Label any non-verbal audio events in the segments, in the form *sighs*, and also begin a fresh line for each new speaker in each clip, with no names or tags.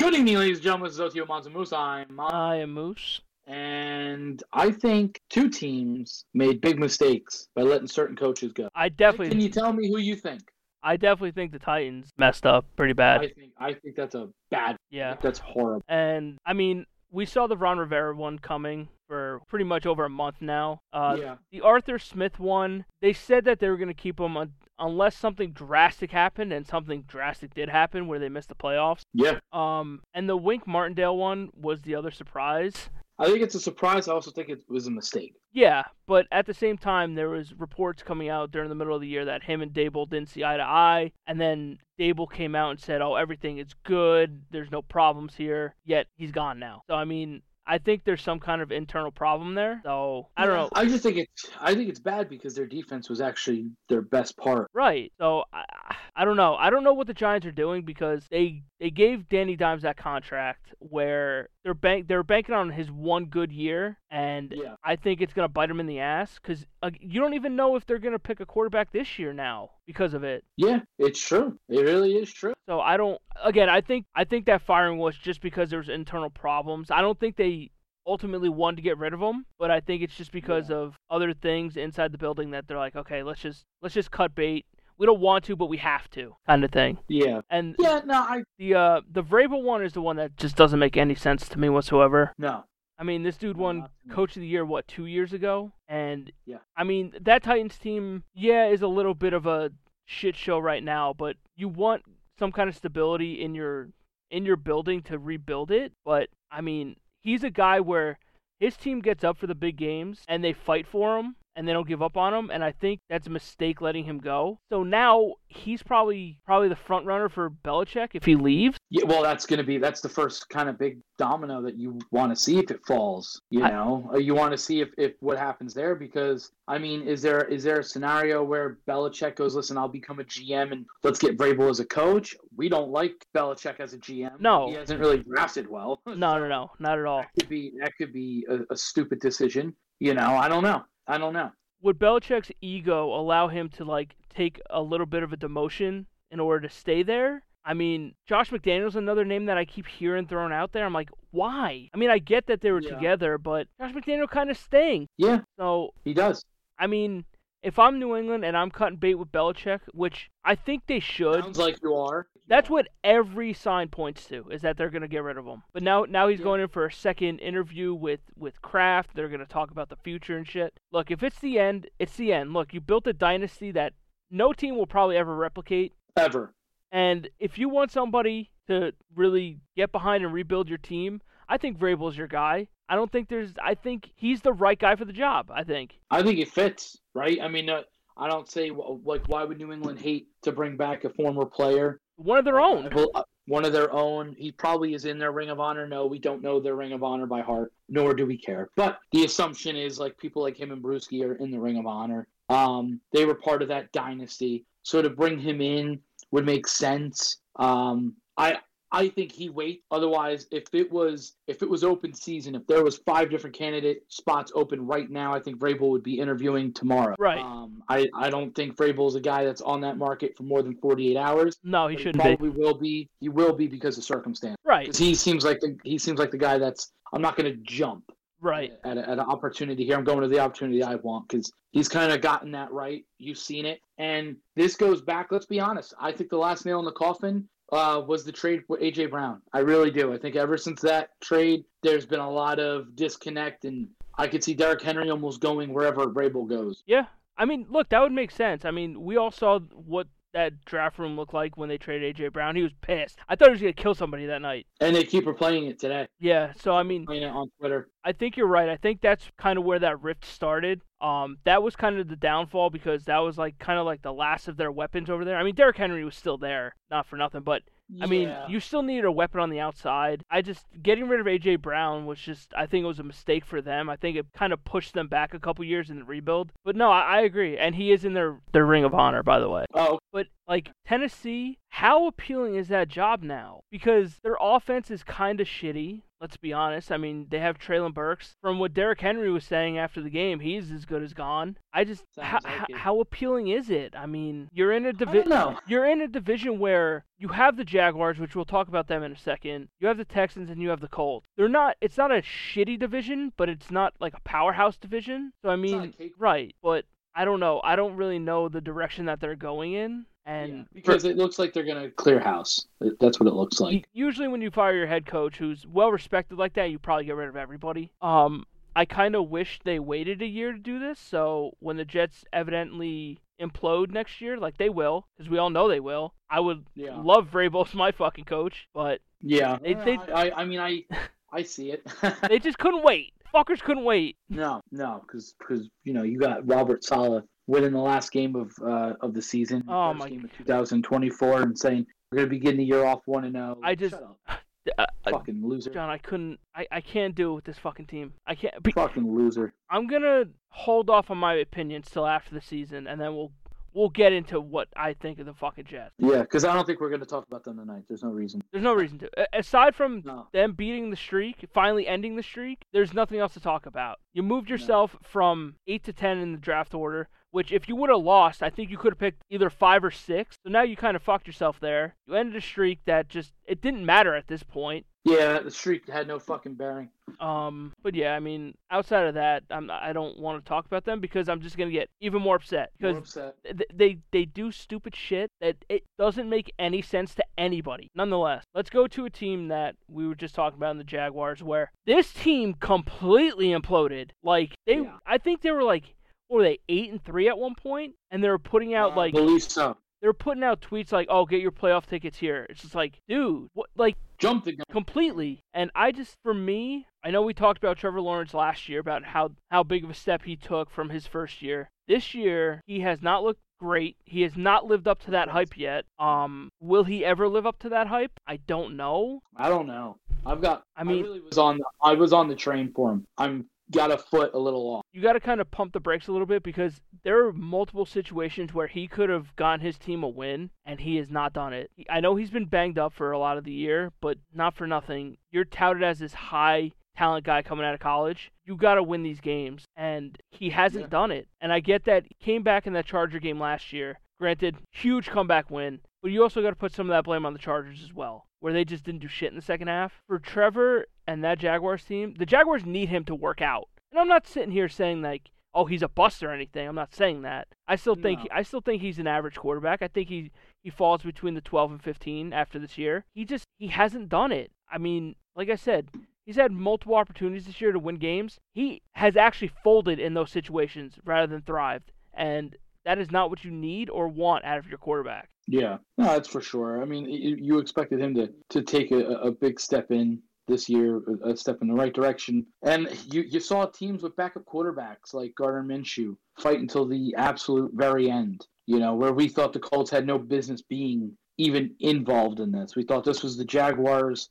Joining me, ladies and gentlemen, is Zotio Monzamusa. I'm Mon-
I am Moose.
and I think two teams made big mistakes by letting certain coaches go.
I
Can
definitely,
you tell me who you think?
I definitely think the Titans messed up pretty bad.
I think I think that's a bad.
Uh, yeah,
That's horrible.
and I mean, we saw the Ron Rivera one coming for pretty much over a month now. Uh,
yeah.
The Arthur Smith one, they said that they were going to keep him un- unless something drastic happened, and something drastic did happen where they missed the playoffs.
Yeah.
Um, and the Wink Martindale one was the other surprise.
I think it's a surprise. I also think it was a mistake.
Yeah, but at the same time, there was reports coming out during the middle of the year that him and Dable didn't see eye to eye, and then Dable came out and said, "Oh, everything is good. There's no problems here." Yet he's gone now. So I mean, I think there's some kind of internal problem there. So I don't know.
I just think it's. I think it's bad because their defense was actually their best part.
Right. So I, I don't know. I don't know what the Giants are doing because they they gave Danny Dimes that contract where they're bank they're banking on his one good year, and
Yeah.
I think it's gonna bite him in the ass because uh, you don't even know if they're gonna pick a quarterback this year now because of it.
Yeah, it's true. It really is true.
So I don't. Again, I think I think that firing was just because there was internal problems. I don't think they ultimately wanted to get rid of him, but I think it's just because
Yeah.
of other things inside the building that they're like, okay, let's just let's just cut bait. We don't want to, but we have to, kind of thing.
Yeah.
And
Yeah. No. I
the uh the Vrabel one is the one that just doesn't make any sense to me whatsoever.
no.
I mean, this dude won
Not to me.
Coach of the Year what two years ago, and
Mm. Yeah.
I mean that Titans team, yeah, is a little bit of a shit show right now, but you want some kind of stability in your in your building to rebuild it. But I mean, he's a guy where his team gets up for the big games and they fight for him and they don't give up on him and I think that's a mistake letting him go. So now he's probably probably the front runner for Belichick if he leaves.
Yeah, well, that's going to be that's the first kind of big domino that you want to see if it falls. You
I-
know, Uh, you want to see if, if what happens there because I mean, is there is there a scenario where Belichick goes, listen, I'll become a GM and let's get Vrabel as a coach? We don't like Belichick as a GM.
No.
he hasn't really drafted well.
*laughs* No, no, no, not at all.
that could be that could be a, a stupid decision. You know, I don't know. I don't know.
would Belichick's ego allow him to like take a little bit of a demotion in order to stay there? I mean, Josh McDaniels another name that I keep hearing thrown out there. I'm like, why? I mean, I get that they were
Yeah.
together, but Josh McDaniel kind of stinks.
Yeah,
So
he does.
I mean, if I'm New England and I'm cutting bait with Belichick, which I think they should,
Sounds like you are.
that's what every sign points to is that they're going to get rid of him. But now now he's
Yeah.
going in for a second interview with with Kraft. They're going to talk about the future and shit. Look, if it's the end, it's the end. Look, you built a dynasty that no team will probably ever replicate.
ever.
And if you want somebody to really get behind and rebuild your team, I think Vrabel's your guy. I don't think there's I think he's the right guy for the job, I think.
I think it fits, right? I mean, uh, I don't say wh- like why would New England hate to bring back a former player,
One of their own.
Well, uh, one of their own. He probably is in their Ring of Honor. No, we don't know their Ring of Honor by heart, nor do we care. But the assumption is like people like him and Brewski are in the Ring of Honor. Um, they were part of that dynasty, so to bring him in would make sense. Um, I I think he wait. Otherwise, if it was if it was open season, if there was five different candidate spots open right now, I think Vrabel would be interviewing tomorrow.
Right.
Um, I I don't think Vrabel's a guy that's on that market for more than forty eight hours.
No, he
but
shouldn't be.
probably will be. He will be because of circumstance.
Right.
Because he seems like the he seems like the guy that's I'm not going to jump
Right.
at, a, at an opportunity here. I'm going to the opportunity I want because he's kind of gotten that right. You've seen it, and this goes back. Let's be honest. I think the last nail in the coffin uh, was the trade for AJ Brown. I really do. I think ever since that trade, there's been a lot of disconnect, and I could see Derrick Henry almost going wherever Rabel goes.
Yeah. I mean, look, that would make sense. I mean, we all saw what that draft room looked like when they traded AJ Brown. He was pissed. I thought he was going to kill somebody that night.
And they keep replaying it today,
Yeah, so I mean,
playing it on Twitter.
I think you're right. I think that's kind of where that rift started. Um, that was kind of the downfall because that was like kind of like the last of their weapons over there. I mean, Derrick Henry was still there, not for nothing, but I mean,
Yeah.
you still needed a weapon on the outside. I just getting rid of AJ Brown was just I think it was a mistake for them. I think it kind of pushed them back a couple years in the rebuild. But no, I, I agree, and he is in their their Ring of Honor, by the way.
oh,
But Like Tennessee, how appealing is that job now? Because their offense is kind of shitty. Let's be honest. I mean, they have Traylon Burks. From what Derrick Henry was saying after the game, he's as good as gone. I just how,
Sounds like it.
how appealing is it? I mean, you're in a
I don't
division.
know.
You're in a division where you have the Jaguars, which we'll talk about them in a second. You have the Texans and you have the Colts. They're not. It's not a shitty division, but it's not like a powerhouse division. So I
It's not
mean,
a cake-
right? But I don't know. I don't really know the direction that they're going in. And
Yeah, because it looks like they're gonna clear house. It- That's what it looks
U-
like.
usually when you fire your head coach who's well respected like that, you probably get rid of everybody. Um, I kind of wish they waited a year to do this. So when the Jets evidently implode next year, like they will, because we all know they will. I would
Yeah.
love Vrabel's my fucking coach, but
Yeah.
They- they-
I, I mean, I I see it. *laughs*
they just couldn't wait. Fuckers couldn't wait.
no, no, because you know you got Robert Sala winning the last game of uh, of the season, the
Oh
first
my
game of 2024, and saying we're gonna begin the year off one and zero.
I just-
Shut up,
*laughs* Uh, uh,
fucking loser,
John, I couldn't. I, I can't do it with this fucking team. I can't. Be,
fucking loser.
I'm gonna hold off on my opinions till after the season, and then we'll we'll get into what I think of the fucking Jets.
Yeah, because I don't think we're gonna talk about them tonight. There's no reason.
There's no reason to. A- Aside from
No.
them beating the streak, finally ending the streak, there's nothing else to talk about. You moved yourself from 8 to 10 in the draft order, which if you would have lost, I think you could have picked either 5 or 6. So now you kind of fucked yourself there. You ended a streak that just it didn't matter at this point.
Yeah, the streak had no fucking bearing.
Um, but yeah, I mean, outside of that, I'm I don't want to talk about them because I'm just going to get even more upset
More
because
upset.
th- they they do stupid shit that it doesn't make any sense to anybody. Nonetheless, let's go to a team that we were just talking about in the Jaguars, where this team completely imploded. Like they,
Yeah.
I think they were like, what were they eight and three at one point, and they were putting out
Uh,
like
believe so.
they were putting out tweets like, "Oh, get your playoff tickets here." It's just like, dude, what? Like
Jump the gun.
completely. And I just, for me, I know we talked about Trevor Lawrence last year about how how big of a step he took from his first year. This year, he has not looked great. He has not lived up to that hype yet. Um, will he ever live up to that hype? I don't know.
I don't know. I've got.
I mean-
really was on. The, I was on the train for him. I'm got a foot a little off.
You got to kind of pump the brakes a little bit because there are multiple situations where he could have gotten his team a win and he has not done it. I know he's been banged up for a lot of the year, but not for nothing. You're touted as this high talent guy coming out of college. You got to win these games and he hasn't
Yeah.
done it. And I get that he came back in that Charger game last year. Granted, huge comeback win, but you also got to put some of that blame on the Chargers as well, where they just didn't do shit in the second half. For Trevor and that Jaguars team, the Jaguars need him to work out. And I'm not sitting here saying like, oh, he's a bust or anything. I'm not saying that. I still think
No.
I still think he's an average quarterback. I think he he falls between the 12 and 15 after this year. He just he hasn't done it. I mean, like I said, he's had multiple opportunities this year to win games. He has actually folded in those situations rather than thrived, and that is not what you need or want out of your quarterback.
Yeah, no, that's for sure. I mean, you, you expected him to to take a, a big step in this year, a- a step in the right direction, and you you saw teams with backup quarterbacks like Gardner Minshew fight until the absolute very end. You know, where we thought the Colts had no business being even involved in this. We thought this was the Jaguars'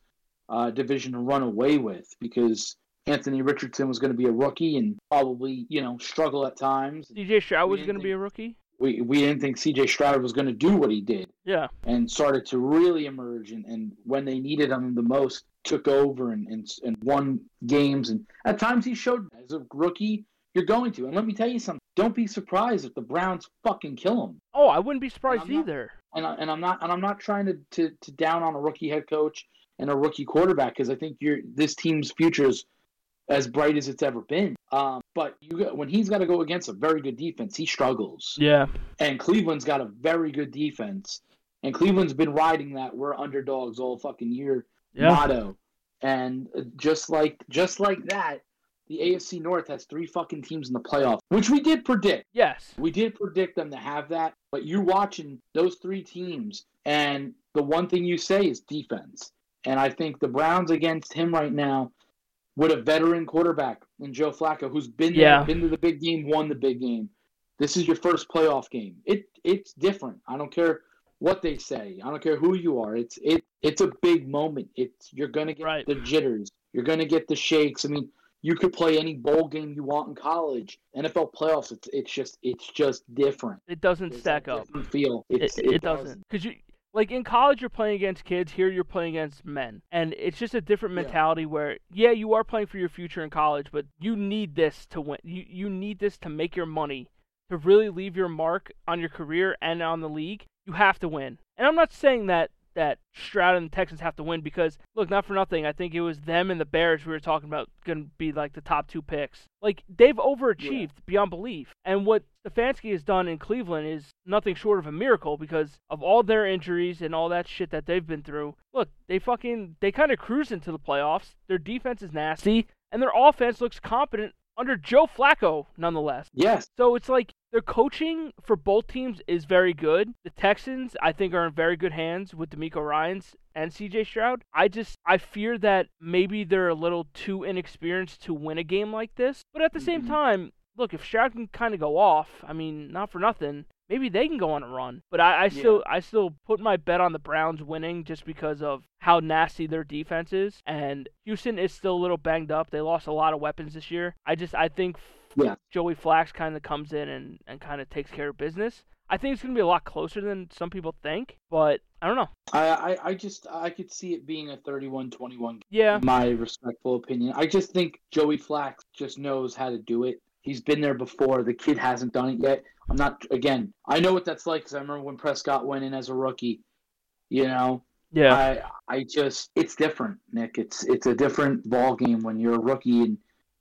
uh, division to run away with because Anthony Richardson was going to be a rookie and probably you know struggle at times.
DJ Stroud
We
was
didn't
going to be a rookie.
We we didn't think C.J. Stroud was going to do what he did
Yeah,
and started to really emerge and, and when they needed him the most took over and, and and won games and at times he showed as a rookie you're going to and let me tell you something don't be surprised if the browns fucking kill him
Oh, I wouldn't be surprised
I'm not-
either.
and, I, and i'm not and i'm not trying to, to to down on a rookie head coach and a rookie quarterback because i think you're this team's future is as bright as it's ever been um, but you got- when he's got to go against a very good defense he struggles
Yeah.
and Cleveland's got a very good defense. And Cleveland's been riding that we're underdogs all fucking year motto. And uh, just like just like that, the AFC North has three fucking teams in the playoff, which we did predict.
Yes.
We did predict them to have that. But you're watching those three teams, and the one thing you say is defense. And I think the Browns against him right now, with a veteran quarterback in Joe Flacco, who's been there,
Yeah.
been to the big game, won the big game. This is your first playoff game. It it's different. I don't care what they say. I don't care who you are. It's it it's a big moment. It's you're gonna get
Right.
the jitters. You're gonna get the shakes. I mean, You could play any bowl game you want in college. NFL playoffs, it's it's just it's just different.
It doesn't
It's a
stack up.
different Feel
It,
It's-
it, doesn't because you like in college you're playing against kids. Here you're playing against men, and it's just a different
Yeah.
mentality. Where yeah, you are playing for your future in college, but you need this to win. You you need this to make your money to really leave your mark on your career and on the league. You have to win, and I'm not saying that. That Stroud and the Texans have to win because look, not for nothing. I think it was them and the Bears we were talking about going to be like the top two picks. Like they've overachieved beyond belief. And what Stefanski has done in Cleveland is nothing short of a miracle because of all their injuries and all that shit that they've been through. Look, they fucking they kind of cruise into the playoffs. Their defense is nasty, and their offense looks competent under Joe Flacco, nonetheless.
Yes.
So it's like their coaching for both teams is very good. The Texans, I think, are in very good hands with D'Amico Ryan's and CJ Stroud. I just I fear that maybe they're a little too inexperienced to win a game like this. But at the same
Mhm.
time, look, if Stroud can kind of go off, I mean, not for nothing. Maybe they can go on a run, but I, I still I still put my bet on the Browns winning just because of how nasty their defense is, and Houston is still a little banged up. They lost a lot of weapons this year. I just I think Joey Flax kind of comes in and, and kind of takes care of business. I think it's going to be a lot closer than some people think, but I don't know.
I, I, I just I could see it being a 31-21 game.
Yeah,
my respectful opinion. I just think Joey Flax just knows how to do it. He's been there before. The kid hasn't done it yet. I'm not again. I know what that's like because I remember when Prescott went in as a rookie. You know,
yeah,
I I just it's different, Nick. It's it's a different ball game when you're a rookie and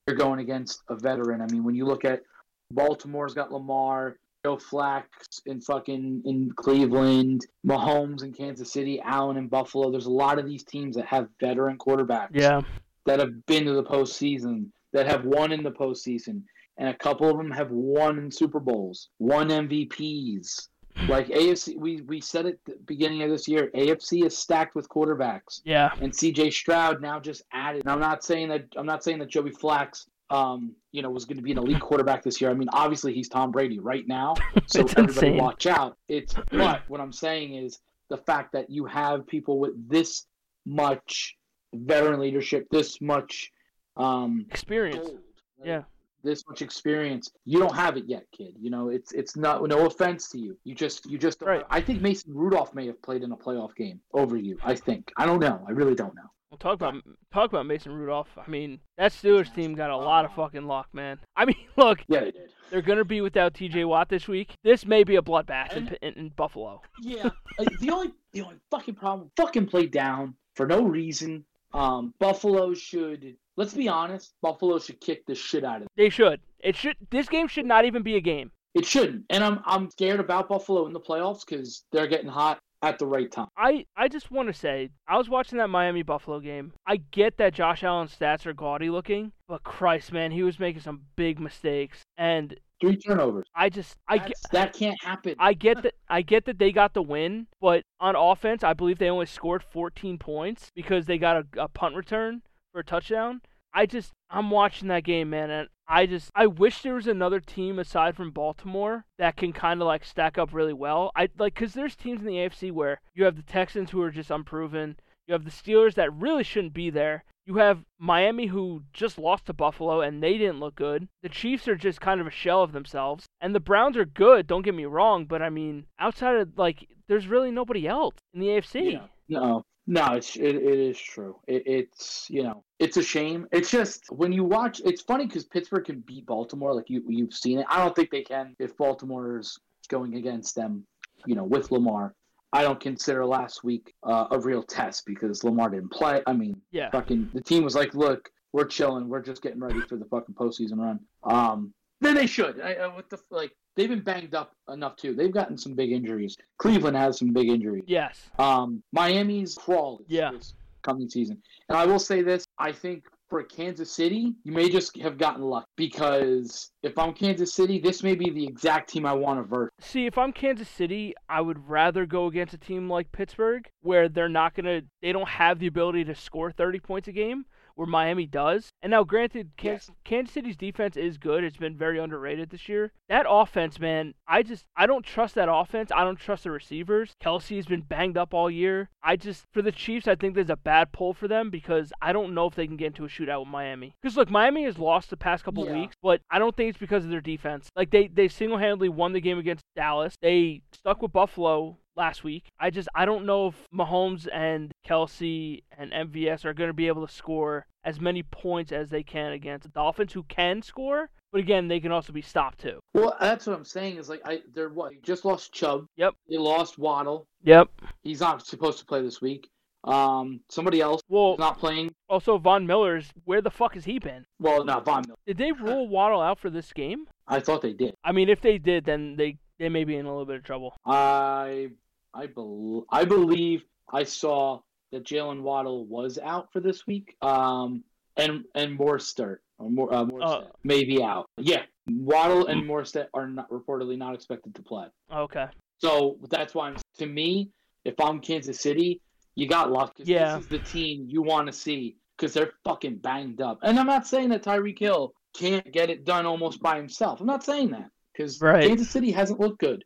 you're going against a veteran. I mean, when you look at Baltimore's got Lamar, Joe Flax in fucking in Cleveland, Mahomes in Kansas City, Allen in Buffalo. There's a lot of these teams that have veteran quarterbacks
yeah,
that have been to the postseason, that have won in the postseason, and a couple of them have won in Super Bowls, won MVPs. Like AFC, we we said at the beginning of this year, AFC is stacked with quarterbacks,
yeah,
and CJ Stroud now just added. And I'm not saying that I'm not saying that Joey Flax, um, you know, was going to be an elite quarterback this year. I mean, obviously he's Tom Brady right
*laughs*
now, so
It's
everybody
insane.
watch out. It's but what I'm saying is the fact that you have people with this much veteran leadership, this much um
experience.
gold, right?
Yeah.
This much experience. You don't have it yet, kid. You know, it's it's not no offense to you. You just you just don't
Right.
I think Mason Rudolph may have played in a playoff game over you. I think. I don't know. I really don't know.
We'll talk about talk about Mason Rudolph. I mean, that Steelers team got a lot of fucking luck, man. *laughs* I mean, look,
Yeah, they did.
they're going to be without T.J. Watt this week. This may be a bloodbath in, in, in Buffalo.
Yeah. Uh, the only the only fucking problem fucking play down for no reason. Um Buffalo should let's be honest, Buffalo should kick the shit out of
They should. It should. This game should not even be a game.
It shouldn't. And I'm I'm scared about Buffalo in the playoffs because they're getting hot at the right time.
I, I just want to say, I was watching that Miami Buffalo game. I get that Josh Allen's stats are gaudy looking, but Christ, man, he was making some big mistakes. And
Three turnovers.
I just, I get,
That's- that can't happen.
I get that, I get that they got the win, but on offense, I believe they only scored 14 points because they got a, a punt return for a touchdown. I just, I'm watching that game, man, and I just, I wish there was another team aside from Baltimore that can kind of like stack up really well. I like, cause there's teams in the AFC where you have the Texans who are just unproven. You have the Steelers that really shouldn't be there. You have Miami who just lost to Buffalo and they didn't look good. The Chiefs are just kind of a shell of themselves. And the Browns are good, don't get me wrong, but I mean, outside of like there's really nobody else in the AFC.
Yeah. No, no, it's it, it is true. It, it's you know, it's a shame. It's just when you watch, it's funny because Pittsburgh can beat Baltimore, like you you've seen it. I don't think they can if Baltimore's going against them. You know, with Lamar, I don't consider last week uh, a real test because Lamar didn't play. I mean,
Yeah.
fucking the team was like, look, we're chilling, we're just getting ready for the fucking postseason run. Um, then they should. I, I, what the f- like? They've been banged up enough too. They've gotten some big injuries. Cleveland has some big injuries.
Yes.
Um, Miami's crawl this,
Yeah.
this coming season. And I will say this I think for Kansas City, you may just have gotten luck because if I'm Kansas City, this may be the exact team I want to verse.
See, if I'm Kansas City, I would rather go against a team like Pittsburgh where they're not going to they don't have the ability to score 30 points a game, where Miami does. And now, granted, Kansas, Kansas City's defense is good. It's been very underrated this year. That offense, man, I just I don't trust that offense. I don't trust the receivers. Kelsey has been banged up all year. I just for the Chiefs, I think there's a bad pull for them because I don't know if they can get into a shootout with Miami. Because look, Miami has lost the past couple
Yeah.
weeks, but I don't think it's because of their defense. Like they they single handedly won the game against Dallas. They stuck with Buffalo last week. I just I don't know if Mahomes and Kelsey and MVS are going to be able to score as many points as they can against the Dolphins, who can score, but again they can also be stopped too.
Well, that's what I'm saying is like I they're what they just lost Chubb.
Yep.
They lost Waddle.
Yep.
He's not supposed to play this week. Um, somebody else
Well,
is not playing.
also Von Miller's. Where the fuck has he been?
Well, not Von Miller.
Did they rule Waddle out for this game?
I thought they did.
I mean, if they did, then they they may be in a little bit of trouble.
I I bel I believe I saw that Jalen Waddle was out for this week. Um, and and Morstead or more uh, Morstead
Oh.
may be out. Yeah, Waddle and Morstead are not reportedly not expected to play.
Okay.
So that's why, I'm, to me, if I'm Kansas City, you got luck. 'cause
Yeah.
This is the team you want to see because they're fucking banged up. And I'm not saying that Tyreek Hill can't get it done almost by himself. I'm not saying that because
Right.
Kansas City hasn't looked good.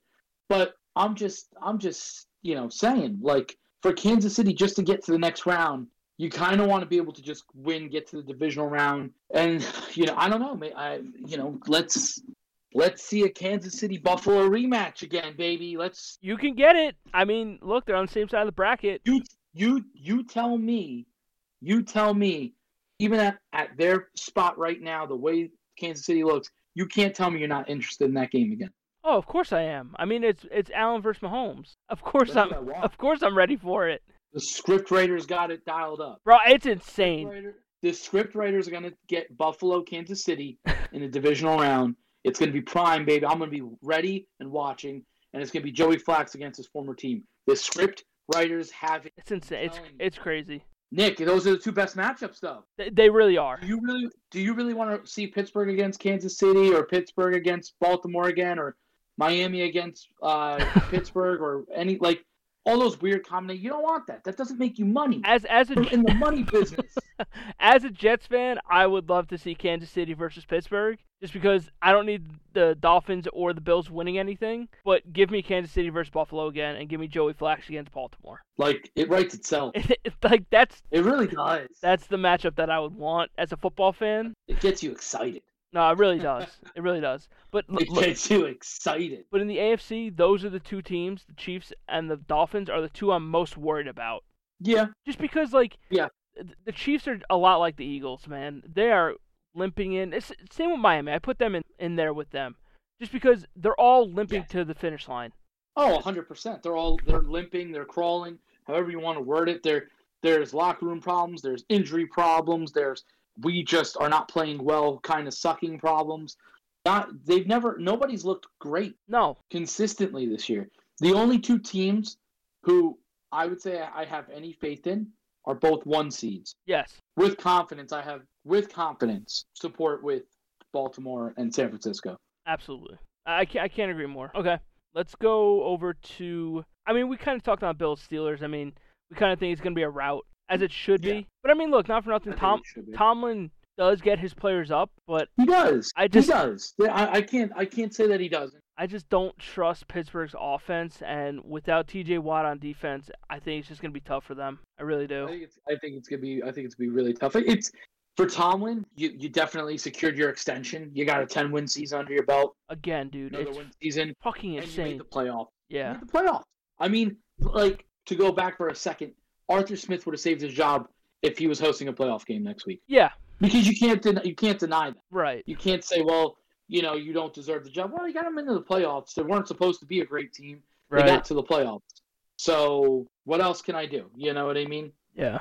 But I'm just, I'm just, you know, saying like for Kansas City just to get to the next round, you kind of want to be able to just win, get to the divisional round, and *sighs* you know, I don't know, may- I, you know, let's let's see a Kansas City Buffalo rematch again, baby. Let's
You can get it. I mean, look, they're on the same side of the bracket.
you you you tell me, you tell me, even at, at their spot right now, the way Kansas City looks, you can't tell me you're not interested in that game again.
Oh, of course I am. I mean, it's it's Allen versus Mahomes. *laughs* Of course
That's
I'm.
what I want.
Of course I'm ready for it,
The script writers got it dialed up.
bro. It's insane.
Writer- The script writers are gonna get Buffalo, Kansas City in the divisional round. It's gonna be prime, baby. I'm gonna be ready and watching, and it's gonna be Joey Flax against his former team. The script writers have it.
It's insane. It's
telling you.
it's crazy.
Nick, those are the two best matchups, though.
They, they really are.
Do you really do you really want to see Pittsburgh against Kansas City or Pittsburgh against Baltimore again or Miami against uh, Pittsburgh or any like all those weird combinations? You don't want that. That doesn't make you money.
As as
We're
a
in the money business.
as a Jets fan, I would love to see Kansas City versus Pittsburgh, just because I don't need the Dolphins or the Bills winning anything. But give me Kansas City versus Buffalo again, and give me Joey Flax against Baltimore. *laughs*
Like it writes itself.
It's like that's
It really does.
that's the matchup that I would want as a football fan.
It gets you excited.
No, it really does. It really does. But look,
It gets you excited.
but in the AFC, those are the two teams, the Chiefs and the Dolphins, are the two I'm most worried about.
Yeah.
just because like
Yeah.
th- the Chiefs are a lot like the Eagles, man. They are limping in. It's same with Miami. I put them in, in there with them, just because they're all limping
Yes.
to the finish line.
Oh, 100%. They're all they're limping, they're crawling, however you want to word it. There there's locker room problems, there's injury problems, there's we just are not playing well kind of sucking problems. Not they've never nobody's looked great
No,
consistently this year. The only two teams who I would say I have any faith in are both one seeds.
yes,
With confidence, I have with confidence support with Baltimore and San Francisco.
absolutely. I I can't, I can't agree more. Okay, let's go over to. I mean, we kind of talked about Bills Steelers. I mean, we kind of think it's gonna be a rout as it should
Yeah.
be. But I mean, look, not for
I
nothing.
think
Tom
it should be.
Tomlin does get his players up, but
He does.
I just-
he does. I, I can't. I can't say that he doesn't.
I just don't trust Pittsburgh's offense, and without T.J. Watt on defense, I think it's just gonna be tough for them. I really
I
do.
think it's. I think it's gonna be. I think it's gonna be really tough. It's for Tomlin. You you definitely secured your extension. You got a ten win season under your belt.
Again, dude,
Another
it's
win season,
fucking
and you made
insane.
the playoff. You
Yeah,
made the playoff. I mean, like to go back for a second, Arthur Smith would have saved his job if he was hosting a playoff game next week
yeah,
because you can't. Den- you can't deny that.
right.
You can't say, well, you know, you don't deserve the job. Well, you got him into the playoffs. They weren't supposed to be a great team. They got to the playoffs. So what else can I do? You know what I mean?
Yeah,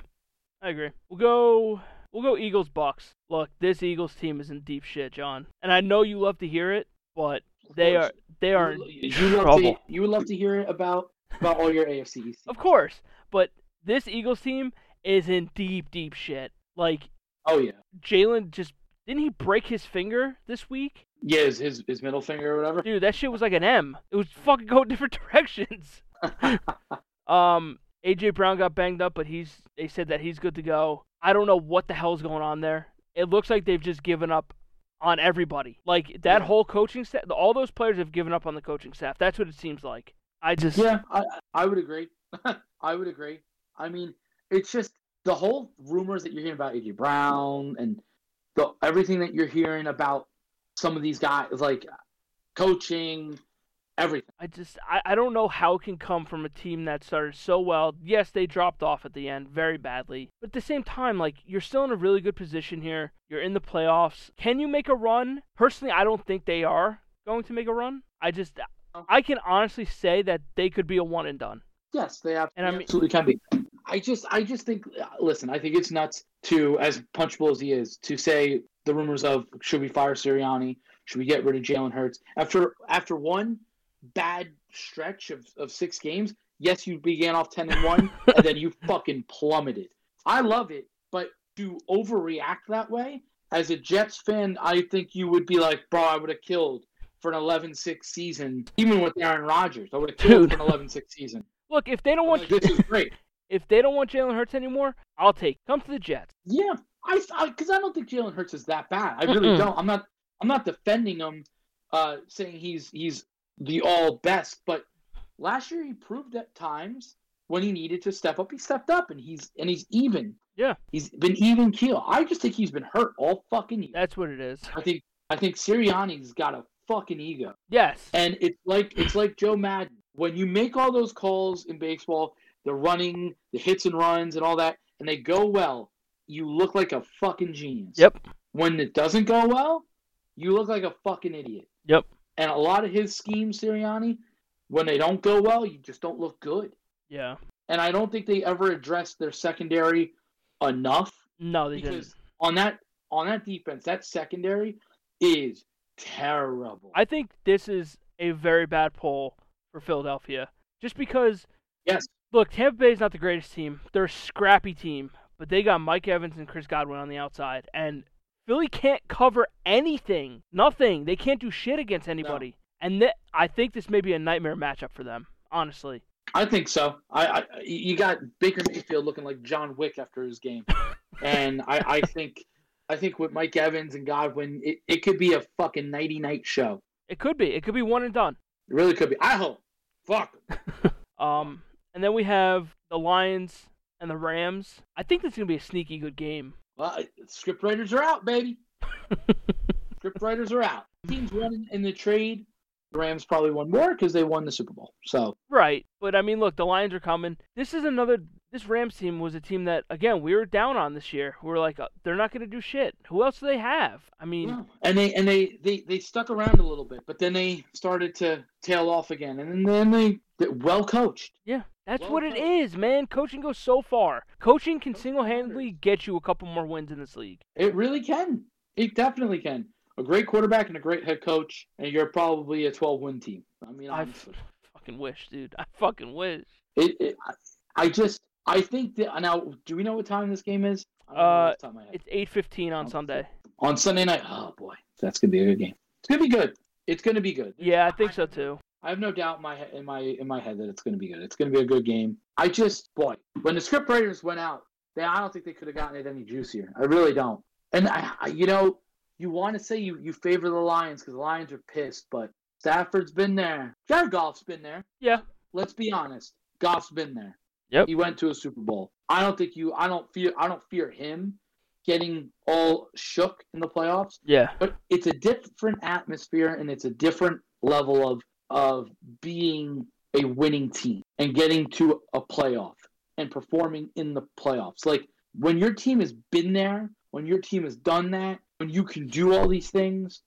I agree. We'll go. We'll go Eagles Bucks. Look, this Eagles team is in deep shit, John, and I know you love to hear it, but they are they are in
You, you love to,
trouble.
you would love to hear about about all your AFC East. teams.
Of course, but this Eagles team is in deep deep shit. Like
Oh yeah,
Jalen just didn't he break his finger this week?
yeah. His his, his middle finger or whatever.
*laughs*
*laughs*
Dude, that shit was like an M. It was fucking go different directions. um, AJ Brown got banged up, but he's they said that he's good to go. I don't know what the hell's going on there. It looks like they've just given up on everybody. Like that
Yeah.
whole coaching staff, all those players have given up on the coaching staff. That's what it seems like. I just
Yeah, I, I would agree. *laughs* I would agree. I mean, it's just the whole rumors that you're hearing about AJ Brown and the everything that you're hearing about some of these guys, like coaching, everything.
I just I, I don't know how it can come from a team that started so well. Yes, they dropped off at the end very badly. But at the same time, like you're still in a really good position here. You're in the playoffs. Can you make a run? Personally, I don't think they are going to make a run. I just I can honestly say that they could be a one and done.
Yes, they have.
And
they
I mean-
absolutely can be. I just, I just think. Listen, I think it's nuts to, as punchable as he is, to say the rumors of should we fire Sirianni, should we get rid of Jalen Hurts after after one bad stretch of, of six games. Yes, you began off ten and
*laughs*
one, and then you fucking plummeted. I love it, but to overreact that way as a Jets fan, I think you would be like, bro, I would have killed for an 11-6 season, even with Aaron Rodgers. I would have killed for an 11-6 season.
Look, if they don't
I'm
want *laughs*
like, this is great.
if they don't want Jalen Hurts anymore, I'll take. Come to the Jets.
Yeah, I because I, don't think Jalen Hurts is that bad. I really
Mm-mm.
don't. I'm not. I'm not defending him, uh, saying he's he's the all best. But last year he proved at times when he needed to step up, he stepped up, and he's and he's even.
Yeah.
he's been even keel. I just think he's been hurt all fucking year.
That's what it is.
I think I think Sirianni's got a fucking ego.
Yes.
And it's like it's like Joe Madden. When you make all those calls in baseball, the running, the hits and runs and all that, and they go well, you look like a fucking genius.
Yep.
When it doesn't go well, you look like a fucking idiot.
Yep.
And a lot of his schemes, Sirianni, when they don't go well, you just don't look good.
Yeah.
And I don't think they ever addressed their secondary enough
No, they didn't.
because on that on that defense, that secondary is terrible.
I think this is a very bad poll for Philadelphia. Just because,
yes.
look, Tampa Bay's not the greatest team. They're a scrappy team, but they got Mike Evans and Chris Godwin on the outside, and Philly can't cover anything. Nothing. They can't do shit against anybody. And th- I think this may be a nightmare matchup for them, honestly.
I think so. I, I you got Baker Mayfield looking like John Wick after his game, and I, I think I think with Mike Evans and Godwin, it, it could be a fucking nighty night show.
It could be. It could be one and done.
It really could be. I hope. Fuck.
Um, and then we have the Lions and the Rams. I think this is gonna be a sneaky good game.
Well, I- script writers are out, baby. script writers are out. Teams won in the trade. The Rams probably won more because they won the Super Bowl. So
Right, but I mean, look, the Lions are coming. This is another. This Rams team was a team that again we were down on this year. We were like, uh, they're not gonna do shit. Who else do they have? I mean,
Yeah. And they and they, they they stuck around a little bit, but then they started to tail off again, and then they they're well coached.
yeah, that's
Well,
what it
coach-
is, man. Coaching goes so far. Coaching can
Coaching
single-handedly
matters.
get you a couple more wins in this league.
It really can. It definitely can. A great quarterback and a great head coach, and you're probably a 12 win team. I mean,
I
honestly,
f- fucking wish, dude. I fucking wish.
it, it, I- I just I think that now. Do we know what time this game is? I don't know
Uh,
off the top of my head.
It's eight fifteen on
Oh,
Sunday.
on Sunday night. Oh boy, that's gonna be a good game. It's gonna be good. It's gonna be good.
Yeah, I think so too.
I have no doubt in my he- in my in my head that it's going to be good. It's going to be a good game. I just boy, when the script writers went out, they, I don't think they could have gotten it any juicier. I really don't. And I, I you know, you want to say you you favor the Lions because the Lions are pissed, but Stafford's been there. Jared Goff's been there.
Yeah.
Let's be honest. Goff's been there.
Yep.
He went to a Super Bowl. I don't think you. I don't fear. I don't fear him getting all shook in the playoffs
Yeah.
but it's a different atmosphere and it's a different level of of being a winning team and getting to a playoff and performing in the playoffs like when your team has been there when your team has done that when you can do all these things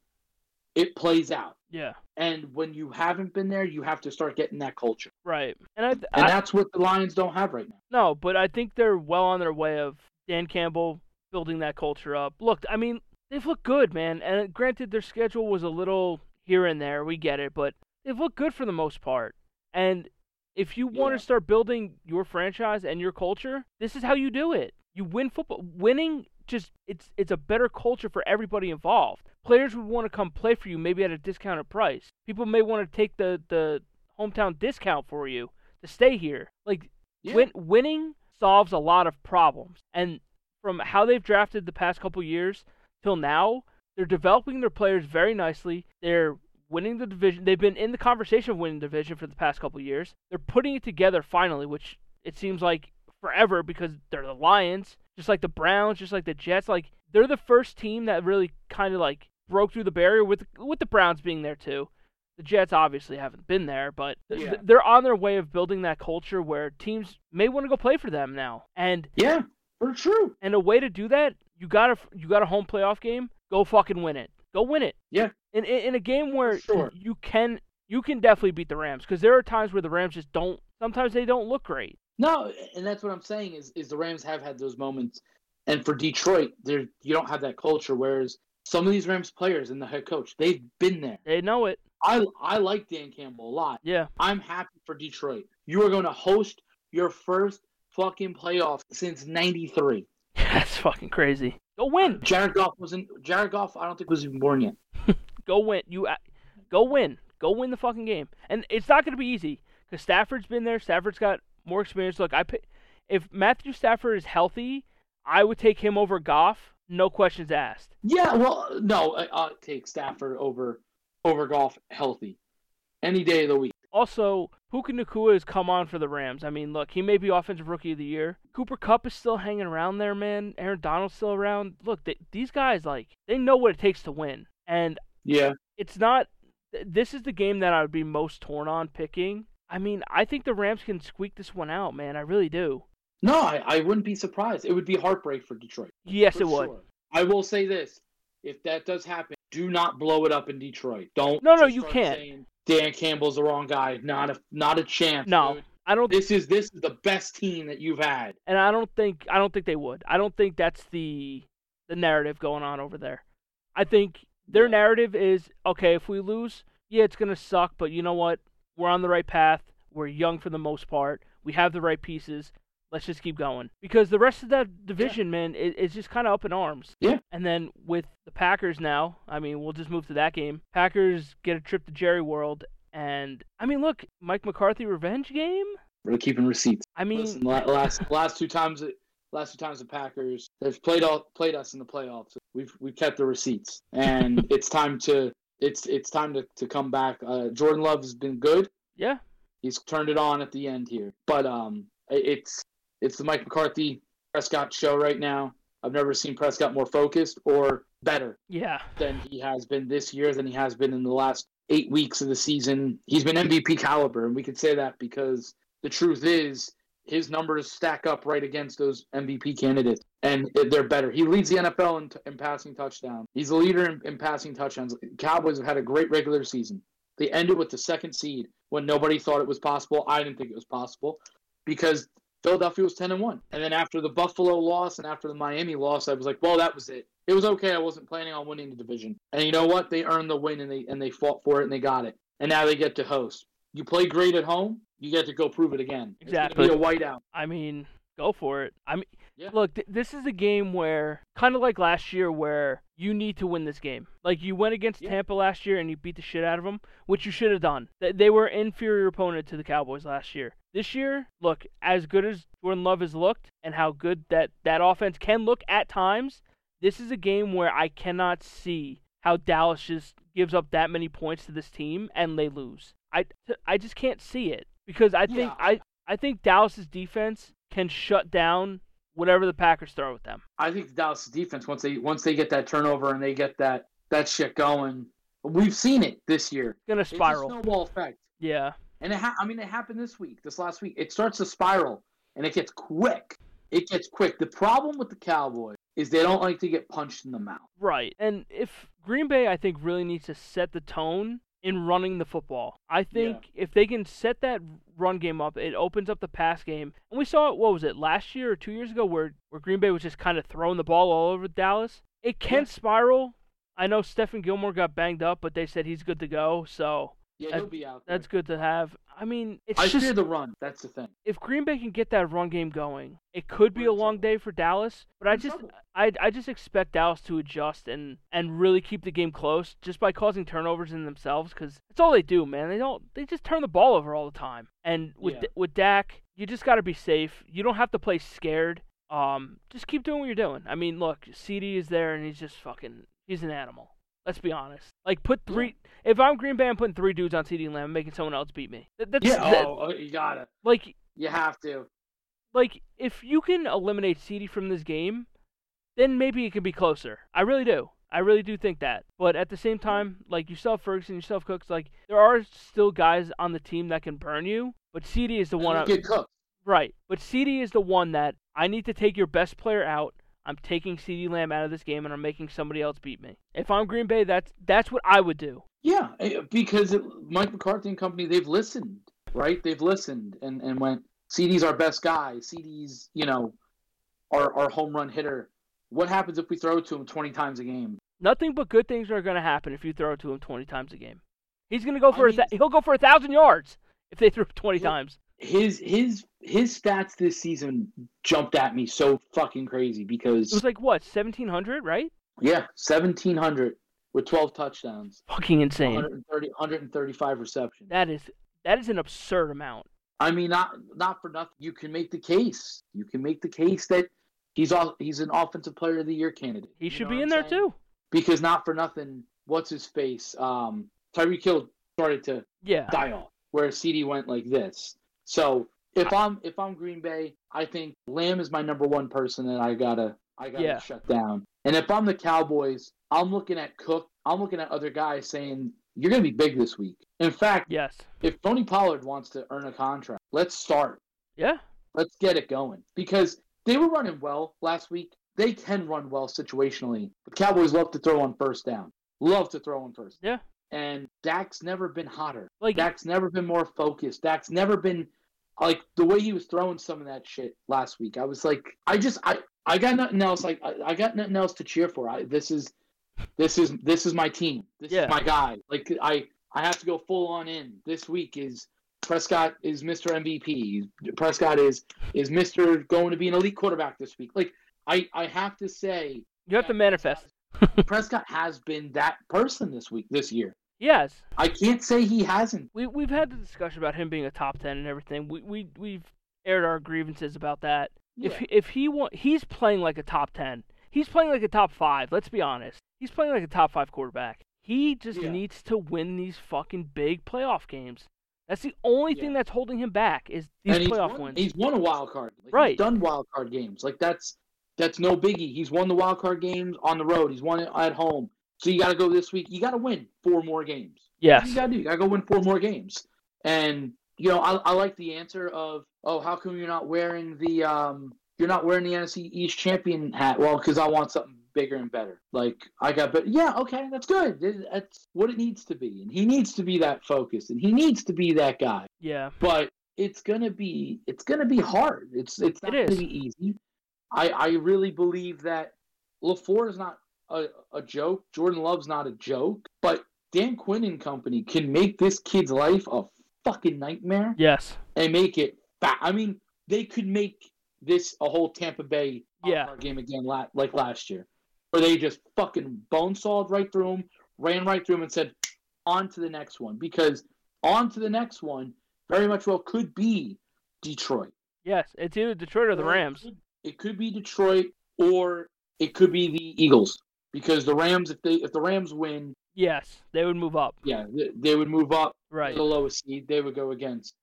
it plays out
Yeah.
and when you haven't been there you have to start getting that culture
Right. And I,
and
I
that's what the lions don't have right now
No, but I think they're well on their way of Dan Campbell building that culture up. Look, I mean, they've looked good, man. And granted, their schedule was a little here and there. We get it, but they've looked good for the most part. And if you want
Yeah.
to start building your franchise and your culture, this is how you do it. You win football. Winning just it's it's a better culture for everybody involved. Players would want to come play for you, maybe at a discounted price. People may want to take the the hometown discount for you to stay here. Like
Yeah.
Win- winning solves a lot of problems. And from how they've drafted the past couple years till now, they're developing their players very nicely. They're winning the division. They've been in the conversation of winning the division for the past couple years. They're putting it together finally, which it seems like forever because they're the Lions, just like the Browns, just like the Jets. Like they're the first team that really kind of like broke through the barrier with with the Browns being there too. The Jets obviously haven't been there, but th-
Yeah.
they're on their way of building that culture where teams may want to go play for them now. And
Yeah, for true.
and a way to do that, you got to you got a home playoff game. Go fucking win it. Go win it.
Yeah.
In in, in a game where
Sure.
you can you can definitely beat the Rams because there are times where the Rams just don't. Sometimes they don't look great.
No, and that's what I'm saying is is the Rams have had those moments, and for Detroit, there you don't have that culture. Whereas some of these Rams players and the head coach, they've been there.
They know it.
I I like Dan Campbell a lot.
Yeah.
I'm happy for Detroit. You are going to host your first fucking playoff since '93.
*laughs* That's fucking crazy. Go win.
Jared Goff wasn't. Jared Goff, I don't think was even born yet.
Go win. You a- go win. Go win the fucking game. And it's not going to be easy because Stafford's been there. Stafford's got more experience. Look, I pi- if Matthew Stafford is healthy, I would take him over Goff. No questions asked.
Yeah, well, no, I, I'll take Stafford over over Goff healthy any day of the week.
Also, Puka Nakua has come on for the Rams. I mean, look, he may be offensive rookie of the year. Cooper Cup is still hanging around there, man. Aaron Donald's still around. Look, they, these guys, like, they know what it takes to win. And
Yeah,
it's not. th- This is the game that I would be most torn on picking. I mean, I think the Rams can squeak this one out, man. I really do.
no, I, I wouldn't be surprised. It would be heartbreak for Detroit.
Yes,
for
it would.
sure. I will say this: if that does happen, do not blow it up in Detroit. Don't.
No, no,
just
you
start
can't.
saying, Dan Campbell's the wrong guy. Not a not a chance.
No,
dude.
I don't.
This is this is the best team that you've had.
and I don't think I don't think they would. I don't think that's the the narrative going on over there. I think their
Yeah.
narrative is okay. If we lose, yeah, it's gonna suck. But you know what? We're on the right path. We're young for the most part. We have the right pieces. Let's just keep going because the rest of that division, man, i it's just kind of up in arms.
Yeah.
And then with the Packers now, I mean, we'll just move to that game. Packers get a trip to Jerry World, and I mean, look, Mike McCarthy revenge game.
We're keeping receipts.
I mean,
Listen, la- last last two times, it- last two times the Packers they've played all played us in the playoffs. We've we've kept the receipts,
*laughs*
and it's time to it's it's time to, to come back. Uh, Jordan Love has been good.
yeah,
He's turned it on at the end here, but um, it- it's it's the Mike McCarthy Prescott show right now. I've never seen Prescott more focused or better
yeah.
than he has been this year than he has been in the last eight weeks of the season. He's been MVP caliber, and we can say that because the truth is his numbers stack up right against those MVP candidates, and they're better. He leads the NFL in, in passing touchdowns. He's a leader in, in passing touchdowns. Cowboys have had a great regular season. They ended with the second seed when nobody thought it was possible. I didn't think it was possible because Philadelphia was ten and one, and then after the Buffalo loss and after the Miami loss, I was like, well, that was it. It was okay. I wasn't planning on winning the division, and you know what? They earned the win, and they and they fought for it, and they got it. And now they get to host. You play great at home, you get to go prove it again.
Exactly.
It's gonna be a whiteout.
I mean, go for it. I mean,
Yeah.
look, th- this is a game where, kind of like last year, where you need to win this game. Like you went against
Yeah.
Tampa last year and you beat the shit out of them, which you should have done. Th- They were inferior opponent to the Cowboys last year. This year, look, as good as Jordan Love has looked and how good that that offense can look at times, this is a game where I cannot see how Dallas just gives up that many points to this team and they lose. I I just can't see it because I think
Yeah.
I I think Dallas's defense can shut down whatever the Packers throw at them.
I think the Dallas defense once they once they get that turnover and they get that that shit going, we've seen it this year.
It's gonna
It's a
spiral.
snowball effect,
yeah.
and it ha- I mean it happened this week, this last week. It starts to spiral and it gets quick. It gets quick. The problem with the Cowboys is they don't like to get punched in the mouth.
Right. And if Green Bay, I think, really needs to set the tone in running the football. I think if they can set that run game up, it opens up the pass game. And we saw it, what was it, last year or two years ago, where, where Green Bay was just kind of throwing the ball all over Dallas. It can
Yeah.
spiral. I know Stephen Gilmore got banged up, but they said he's good to go. So
Yeah,
That-
he'll be out. There.
That's good to have. I mean, it's
I
just
fear the run. That's the thing.
if Green Bay can get that run game going, it could be
We're
a
in
long
trouble.
day for Dallas. But I
in
just
trouble.
I I just expect Dallas to adjust and and really keep the game close just by causing turnovers in themselves because that's all they do, man. They don't they just turn the ball over all the time. And with
Yeah.
D- with Dak, you just got to be safe. You don't have to play scared. Um, just keep doing what you're doing. I mean, look, CD is there and he's just fucking he's an animal. Let's be honest. Like put
Yeah.
three. If I'm Green Bay, I'm putting three dudes on CD Lamb, and making someone else beat me. That, that's
Yeah.
that-
Oh, you gotta.
like
You have to.
like if you can eliminate CD from this game, then maybe it can be closer. I really do. I really do think that. But at the same time, like yourself Ferguson, yourself Cooks, like there are still guys on the team that can burn you, but CD is the one I,
get cooked.
right. But CD is the one that I need to take your best player out. I'm taking CD Lamb out of this game and I'm making somebody else beat me. If I'm Green Bay, that's that's what I would do.
Yeah, eh, because it, Mike McCarthy and company, they've listened, right? They've listened and, and went, CD's our best guy. CD's, you know, our, our home run hitter. What happens if we throw to him 20 times a game?
Nothing but good things are going to happen if you throw it to him 20 times a game. He's going to go
I
for a
mean-
thou- he'll go for a 1000 yards if they throw 20
Yeah.
times.
His his his stats this season jumped at me so fucking crazy because
It was like what, seventeen hundred, right?
yeah, 1700 with 12 touchdowns,
Fucking insane.
130 135 receptions.
That is that is an absurd amount.
I mean, not not for nothing. You can make the case. You can make the case that he's all, he's an offensive player of the year candidate.
He
You
should
know
be
what
in
I'm
there
saying?
too.
because not for nothing, what's his face? Um, Tyreek Hill started to
Yeah.
die off, where CD went like this. So if I'm if I'm Green Bay, I think Lamb is my number one person that I gotta I gotta
Yeah.
shut down. And if I'm the Cowboys, I'm looking at Cook. I'm looking at other guys saying you're gonna be big this week. In fact,
Yes.
if Tony Pollard wants to earn a contract, let's start.
Yeah.
Let's get it going because they were running well last week. They can run well situationally. The Cowboys love to throw on first down. Love to throw on first.
Yeah.
And Dak's never been hotter.
Like
Dak's never been more focused. Dak's never been like the way he was throwing some of that shit last week. I was like, I just I I got nothing else. Like I, I got nothing else to cheer for. I this is this is this is my team. This
Yeah.
is my guy. Like I I have to go full on in. This week is Prescott is Mr. MVP. Prescott is is Mr. going to be an elite quarterback this week. Like I I have to say
you have to manifest.
Prescott has been that person this week this year.
Yes.
I can't say he hasn't.
We we've had the discussion about him being a top ten and everything. We we we've aired our grievances about that. If
Yeah.
he- if he want, he's playing like a top ten. He's playing like a top five. Let's be honest. He's playing like a top five quarterback. He just
Yeah.
needs to win these fucking big playoff games. That's the only thing
Yeah.
that's holding him back is these
And he's
playoff
won,
wins.
He's won a wild card. Like,
Right.
He's done wild card games. Like that's that's no biggie. He's won the wild card games on the road. He's won it at home. So you got to go this week. You got to win four more games. That's what
Yes.
You got to do. You got to go win four more games. And you know, I, I like the answer of, oh, how come you're not wearing the um you're not wearing the NFC East champion hat? Well, because I want something bigger and better. Like I got, but yeah, okay, that's good. It- That's what it needs to be. And he needs to be that focused, and he needs to be that guy
Yeah.
but it's gonna be it's gonna be hard. It's it's
It
not
is.
gonna be easy. I I really believe that Lafleur is not a, a joke. Jordan Love's not a joke. But Dan Quinn and company can make this kid's life a fucking nightmare
Yes.
and make it. Fa- I mean, they could make this a whole Tampa Bay wild
Yeah.
card game again, la- like last year, where they just fucking bonesawed right through him, ran right through him, and said, "On to the next one," because on to the next one very much well could be Detroit
Yes. It's either Detroit or the
Or it
Rams.
could- It could be Detroit or it could be the Eagles, because the Rams, if they if the Rams win,
Yes. They would move up.
yeah, they, they would move up to
Right.
the lowest seed. They would go against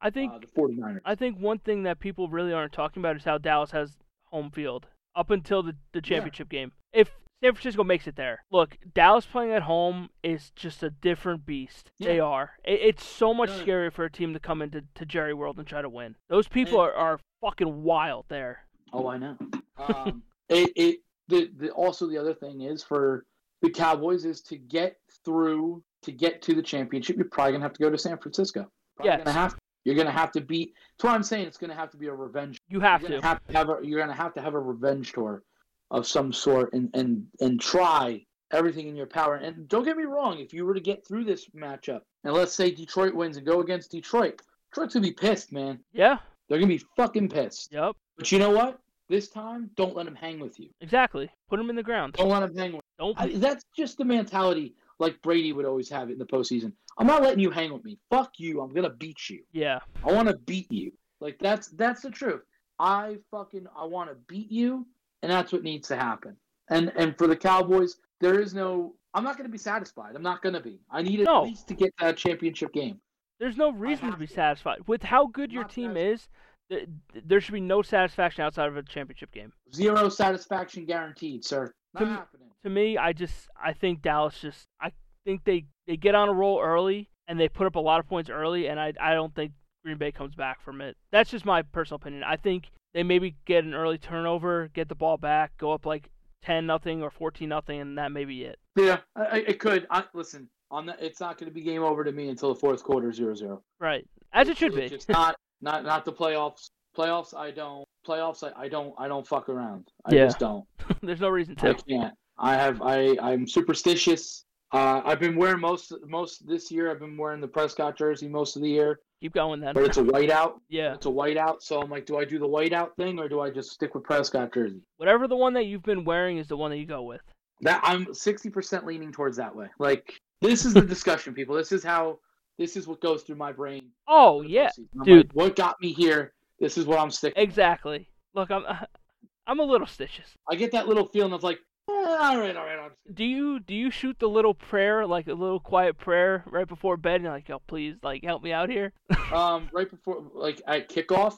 I
uh,
think
the 49ers.
I think one thing that people really aren't talking about is how Dallas has home field up until the,
Yeah.
the championship game. If San Francisco makes it there, look, Dallas playing at home is just a different beast. They
Yeah.
are. It, it's so much
Yeah.
scarier for a team to come into to Jerry World and try to win. Those people
And-
are, are fucking wild there.
Oh, I know. Um, it it the, the also the other thing is for the Cowboys is to get through to get to the championship. You're probably gonna have to go to San Francisco. Probably
Yes.
gonna have you're gonna have to beat. That's why I'm saying it's gonna have to be a revenge.
You have
you're
to.
gonna have to have a, you're gonna have to have a revenge tour of some sort and and and try everything in your power. And don't get me wrong, if you were to get through this matchup, and let's say Detroit wins and go against Detroit, Detroit's gonna be pissed, man.
Yeah.
They're gonna be fucking pissed.
Yep.
But you know what? This time, don't let them hang with you.
Exactly. Put him in the ground.
Don't let them hang with.
Don't.
Oh, I, that's just the mentality like Brady would always have it in the postseason. I'm not letting you hang with me. Fuck you. I'm gonna beat you.
yeah.
I want to beat you. Like that's that's the truth. I fucking I want to beat you, and that's what needs to happen. And and for the Cowboys, there is no. I'm not going to be satisfied. I'm not going to be. I need at
No.
least to get that championship game.
There's no reason to
have
be
to.
satisfied with how good your
Not
team is. th- th- There should be no satisfaction outside of a championship game.
Zero satisfaction guaranteed, sir. Not
To me-
happening.
To me, I just I think Dallas just I think they they get on a roll early and they put up a lot of points early, and I I don't think Green Bay comes back from it. That's just my personal opinion. I think they maybe get an early turnover, get the ball back, go up like ten nothing or fourteen nothing, and that may be it.
Yeah, I, I- it could. I, listen, on the, it's not going to be game over to me until the fourth quarter, zero zero.
Right, as it should be.
Just not not not the playoffs. Playoffs, I don't. Playoffs, I, I don't. I don't fuck around. I
Yeah.
just don't.
*laughs* There's no reason
I
to.
can't. I have. I. I'm superstitious. Uh, I've been wearing most most this year. I've been wearing the Prescott jersey most of the year,
Keep going then.
but it's a whiteout.
Yeah.
It's a whiteout. So I'm like, do I do the whiteout thing or do I just stick with Prescott jersey?
Whatever the one that you've been wearing is the one that you go with.
That I'm 60% leaning towards that way. Like this
*laughs*
is the discussion, people. This is how. This is what goes through my brain.
Oh
for the
yeah,
postseason. I'm
dude.
like, what got me here? This is what I'm sticking.
exactly. Look, I'm *laughs* I'm a little stitches.
I get that little feeling of like, eh, all right, all right. I'm
Do you do you shoot the little prayer like a little quiet prayer right before bed? And you're like, oh please, like help me out
*laughs*
here.
Um, right before, like at kickoff,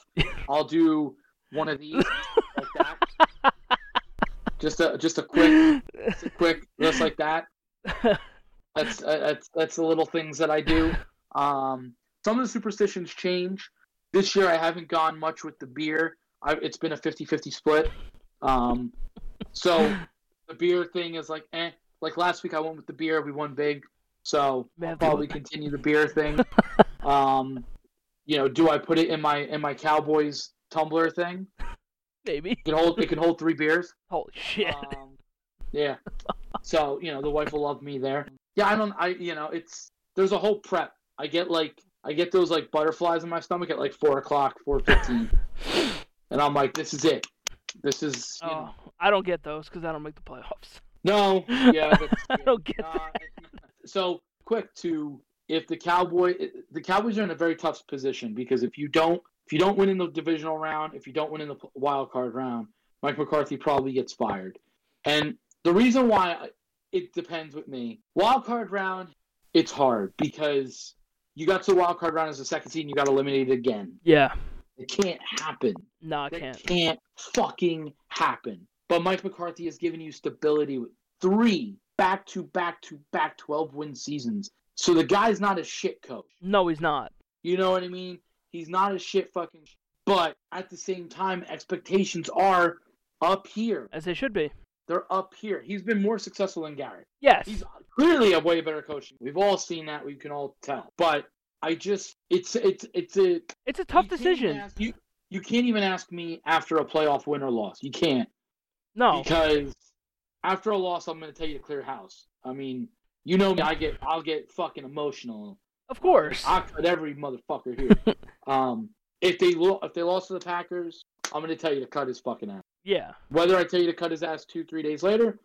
I'll do one of
*laughs*
these like that. Just a just a quick, just a quick, just like that. That's uh, that's that's the little things that I do. Um, some of the superstitions change. This year, I haven't gone much with the beer. I, it's been a 50-50 split. Um, so the beer thing is like, eh. Like last week, I went with the beer. We won big, so
Man,
I'll probably continue the beer thing. um, you know, do I put it in my in my Cowboys tumbler thing?
Maybe.
It can hold it can hold three beers.
Holy shit.
Um, yeah. So you know, the wife will love me there. Yeah, I don't. I you know, it's there's a whole prep. I get like I get those like butterflies in my stomach at like four o'clock, four fifteen, and I'm like, this is it. This is you
oh, I don't get those because I don't make the playoffs. *laughs*
know, no, yeah, that's,
I don't get.
Uh, *laughs* so quick to if the Cowboy the Cowboys are in a very tough position because if you don't if you don't win in the divisional round, if you don't win in the wild card round, Mike McCarthy probably gets fired. And the reason why I- it depends with me. Wild card round, it's hard because you got to the wild card round as the second seed and you got eliminated again.
Yeah.
It can't happen.
No, I
That
can't.
fucking happen. But Mike McCarthy has given you stability with three back to back to back 12 win seasons. So the guy's not a shit coach.
No, he's not.
You know what I mean? He's not a shit fucking. But at the same time, expectations are up here.
As they should be.
They're up here. He's been more successful than Garrett.
Yes.
He's clearly a way better coach. We've all seen that. We can all tell. But I just, it's it's it's a
It's a tough
you can't even
decision.
ask- you you can't even ask me after a playoff win or loss. You can't
No.
because after a loss, I'm going to tell you to clear house. I mean, you know me. I get I'll get fucking emotional.
Of course.
I cut every motherfucker here. um, if they lo- if they lost to the Packers, I'm going to tell you to cut his fucking ass.
Yeah.
Whether I tell you to cut his ass two three days later,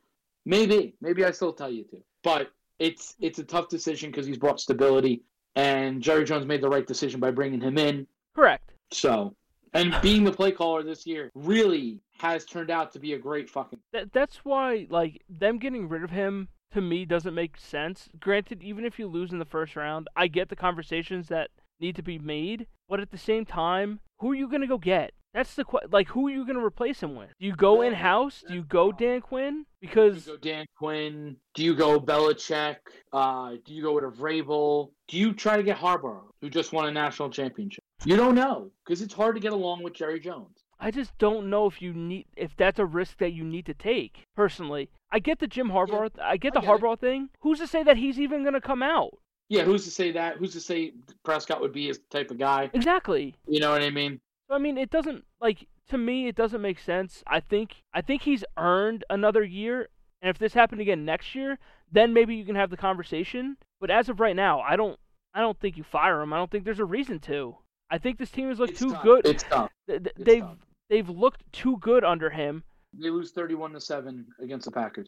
maybe maybe I still tell you to. But it's it's a tough decision because he's brought stability, and Jerry Jones made the right decision by bringing him in.
Correct.
So, and being the play caller this year really has turned out to be a great fucking.
that that's why like them getting rid of him to me doesn't make sense. Granted, even if you lose in the first round, I get the conversations that need to be made, but at the same time, who are you gonna go get? That's the que- like who are you gonna replace him with? Do you go in house? Do you go Dan Quinn?
Do you
Because
go Dan Quinn? Do you go Belichick? Uh, do you go with a Vrabel? Do you try to get Harbaugh, who just won a national championship? You don't know because it's hard to get along with Jerry Jones.
I just don't know if you need if that's a risk that you need to take. Personally, I get the Jim Harbaugh, I get
I
the
get it.
Harbaugh thing. Who's to say that he's even gonna come out?
Yeah, who's to say that? Who's to say Prescott would be his type of guy?
Exactly.
You know what I mean?
So I mean, it doesn't like to me. It doesn't make sense. I think I think he's earned another year And if this happened again next year, then maybe you can have the conversation. But as of right now, I don't I don't think you fire him. I don't think there's a reason to. I think this team has looked
It's
too
tough.
good.
It's tough.
Th- th-
It's
they've
tough.
they've looked too good under him.
They lose thirty-one to seven against the Packers.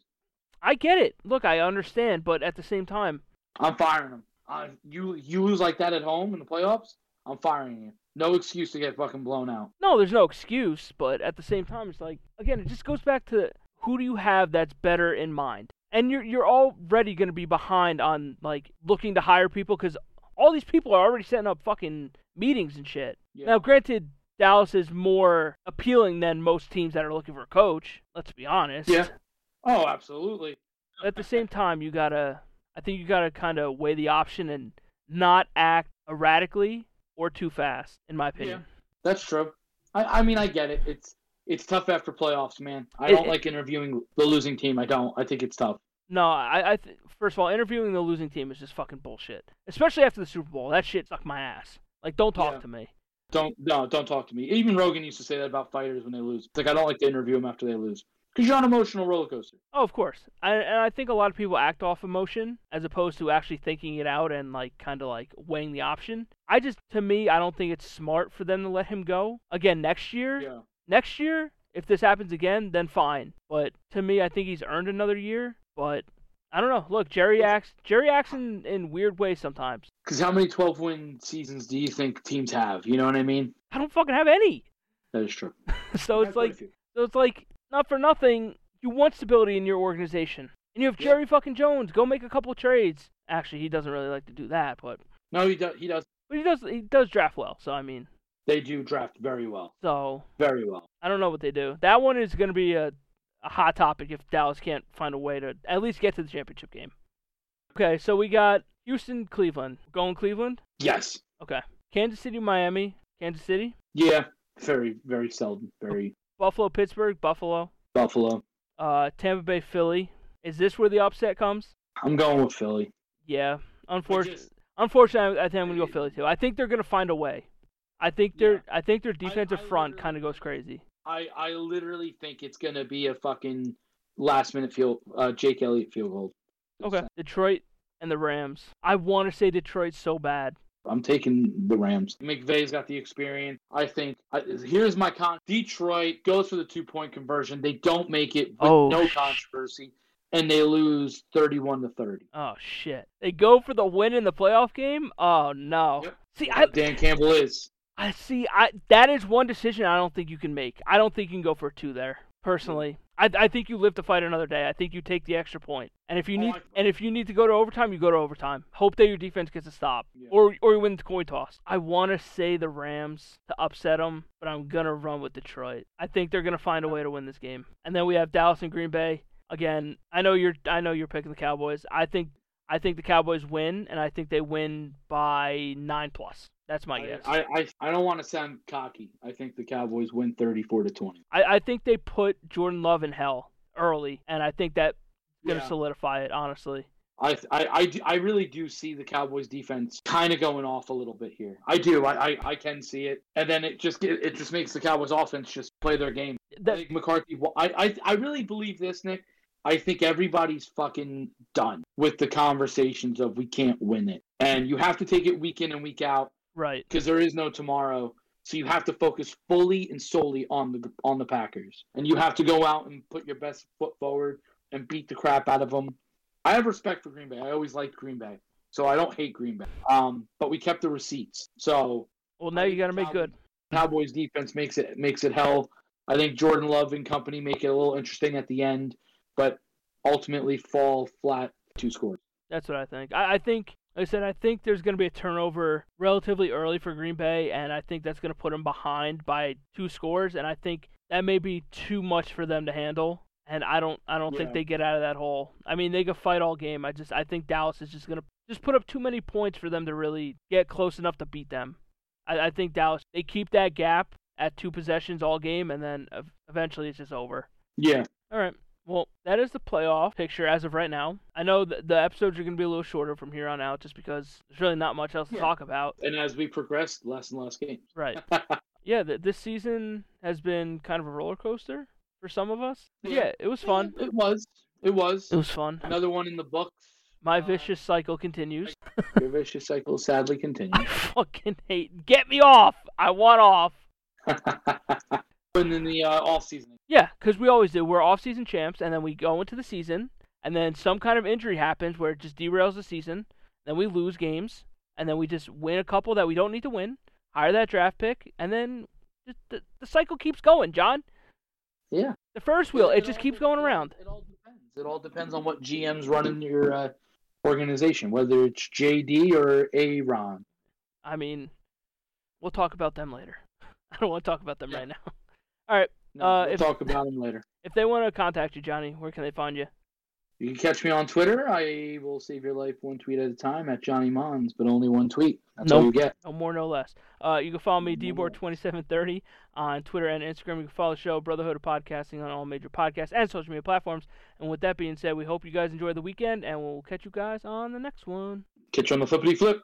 I get it. Look, I understand, but at the same time,
I'm firing him. I, you you lose like that at home in the playoffs. I'm firing you. No excuse to get fucking blown out.
no, there's no excuse, but at the same time, it's like again, it just goes back to who do you have that's better in mind, and you're you're already going to be behind on like looking to hire people because all these people are already setting up fucking meetings and shit.
Yeah.
Now, granted, Dallas is more appealing than most teams that are looking for a coach. Let's be honest.
Yeah. Oh, absolutely.
At the same time, you gotta, I think you gotta kind of weigh the option and not act erratically or too fast, in my opinion.
That's true. I, I mean, I get it. It's it's tough after playoffs, man. I
It-
don't
it-
like interviewing the losing team. I don't. I think it's tough.
No, I, I th- first of all, interviewing the losing team is just fucking bullshit. Especially after the Super Bowl, that shit sucked my ass. Like, don't talk
Yeah.
to me.
Don't no, don't talk to me. Even Rogan used to say that about fighters when they lose. It's like I don't like to interview them after they lose because you're on an emotional roller coaster.
Oh, of course. I, and I think a lot of people act off emotion as opposed to actually thinking it out and like kind of like weighing the option. I just, to me, I don't think it's smart for them to let him go again next year.
Yeah.
Next year, if this happens again, then fine. But to me, I think he's earned another year. But I don't know. Look, Jerry acts. Jerry acts in, in weird ways sometimes.
Because how many 12 win seasons do you think teams have? You know what I mean?
I don't fucking have any. *laughs*
That is true.
so it's like So it's like, not for nothing, you want stability in your organization. And you have
Yeah.
Jerry fucking Jones. Go make a couple trades. Actually, he doesn't really like to do that, but
no, he does. He does.
but he does he does draft well. So I mean,
They do draft very well,
so
very well.
I don't know what they do. That one is going to be a, a hot topic if Dallas can't find a way to at least get to the championship game. Okay, so we got Houston, Cleveland. Going Cleveland.
Yes.
Okay. Kansas City, Miami. Kansas City.
Yeah. Very, very seldom. Very
Buffalo, Pittsburgh, Buffalo.
Buffalo.
Uh, Tampa Bay, Philly. Is this where the upset comes?
I'm going with Philly.
Yeah, unfortunately,
just-
unfortunately, I I think I'm gonna go
I-
Philly too. I think they're gonna find a way. I think
Yeah.
their I think their defensive
I
front
literally-
kind of goes crazy.
I, I literally think it's gonna be a fucking last minute field, uh, Jake Elliott field goal.
Okay, Detroit and the Rams. I want to say Detroit so bad.
I'm taking the Rams. McVay's got the experience. I think. I, here's my con. Detroit goes for the two point conversion. They don't make it with
Oh,
no
sh-
controversy, and they lose 31 to 30.
Oh shit! They go for the win in the playoff game. Oh no.
Yep.
See, I,
Dan Campbell is.
I see. I that is one decision I don't think you can make. I don't think you can go for two there. Personally, I I think you live to fight another day. I think you take the extra point, and if you
Oh,
need
I-
and if you need to go to overtime, you go to overtime. Hope that your defense gets a stop,
Yeah.
or or you win the coin toss. I want to say the Rams to upset them, but I'm gonna run with Detroit. I think they're gonna find a way to win this game, and then we have Dallas and Green Bay again. I know you're I know you're picking the Cowboys. I think. I think the Cowboys win, and I think they win by nine plus. That's my
I,
guess.
I, I, I don't want to sound cocky. I think the Cowboys win 34 to 20.
I, I think they put Jordan Love in hell early, and I think that's gonna
Yeah.
solidify it. Honestly,
I, I, I, do- I really do see the Cowboys defense kind of going off a little bit here. I do. I, I, I can see it. And then it just get- it just makes the Cowboys offense just play their game. I
that
think McCarthy. wa- I, I, I really believe this, Nick. I think everybody's fucking done with the conversations of we can't win it, and you have to take it week in and week out
right.
because there is no tomorrow. So you have to focus fully and solely on the on the Packers, and you have to go out and put your best foot forward and beat the crap out of them. I have respect for Green Bay. I always liked Green Bay, so I don't hate Green Bay. Um, but we kept the receipts, so
Well, now
I
you
think
gotta make
Cowboys-
good.
Cowboys defense makes it makes it hell. I think Jordan Love and company make it a little interesting at the end, but ultimately fall flat two scores.
That's what I think. I, I think, like I said, I think there's gonna be a turnover relatively early for Green Bay, and I think that's gonna put them behind by two scores, and I think that may be too much for them to handle. And I don't, I don't think
Yeah.
they get out of that hole. I mean, they could fight all game. I just, I think Dallas is just gonna just put up too many points for them to really get close enough to beat them. I, I think Dallas they keep that gap at two possessions all game, and then ev- eventually it's just over.
Yeah,
All right. Well, that is the playoff picture as of right now. I know th- the episodes are going to be a little shorter from here on out, just because there's really not much else to
Yeah.
talk about.
and as we progressed, less and less games. *laughs*
Right. yeah. Th- this season has been kind of a roller coaster for some of us.
Yeah.
Yeah, it was fun.
It was. It was
It was fun.
another one in the books.
My
uh,
vicious cycle continues. *laughs*
Your vicious cycle sadly
I *laughs*
continues.
fucking hate. Get me off. I want off.
and then the uh, off season.
Yeah, because we always do. We're off-season champs, and then we go into the season, and then some kind of injury happens where it just derails the season. Then we lose games, and then we just win a couple that we don't need to win, hire that draft pick, and then just the, the cycle keeps going, John.
Yeah.
The Ferris wheel, it just keeps going around.
It all depends. It all depends on what GM's running your uh, organization, whether it's JD or Aaron.
I mean, we'll talk about them later. *laughs* I don't want to talk about them
Yeah.
right now.
No,
Uh,
we'll
if-
talk about him later.
If they want to contact you, Johnny, where can they find you?
You can catch me on Twitter. I will save your life one tweet at a time at Johnny Mons, but only one tweet. That's all
Nope.
you get.
No more, no less. Uh, you can follow me,
No more.
dboard2730, on Twitter and Instagram. You can follow the show, Brotherhood of Podcasting, on all major podcasts and social media platforms. And with that being said, we hope you guys enjoy the weekend, and we'll catch you guys on the next one.
Catch you on the flippity flip.